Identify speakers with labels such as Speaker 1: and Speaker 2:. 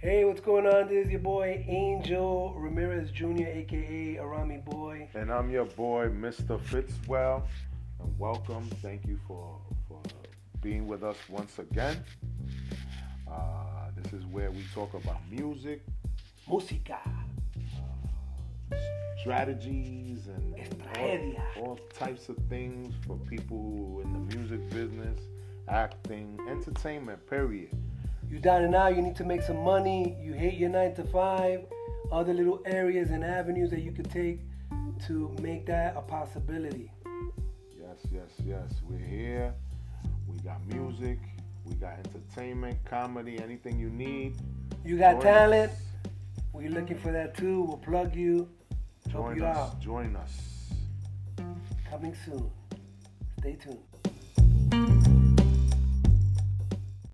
Speaker 1: Hey, what's going on? This is your boy Angel Ramirez Jr., aka Arami Boy.
Speaker 2: And I'm your boy, Mr. Fitzwell. And welcome. Thank you for, for being with us once again. Uh, this is where we talk about music,
Speaker 1: Música.
Speaker 2: strategies, and, and
Speaker 1: Estrategia.
Speaker 2: all, all types of things for people who are in the music business, acting, entertainment, period.
Speaker 1: You down and out, you need to make some money, you hate your nine to five, other little areas and avenues that you could take to make that a possibility.
Speaker 2: Yes, yes, yes. We're here. We got music. We got entertainment, comedy, anything you need.
Speaker 1: You got
Speaker 2: Join
Speaker 1: talent,
Speaker 2: us.
Speaker 1: we're looking for that too. We'll plug you, help
Speaker 2: Join
Speaker 1: you
Speaker 2: us.
Speaker 1: out.
Speaker 2: Join us.
Speaker 1: Coming soon. Stay tuned.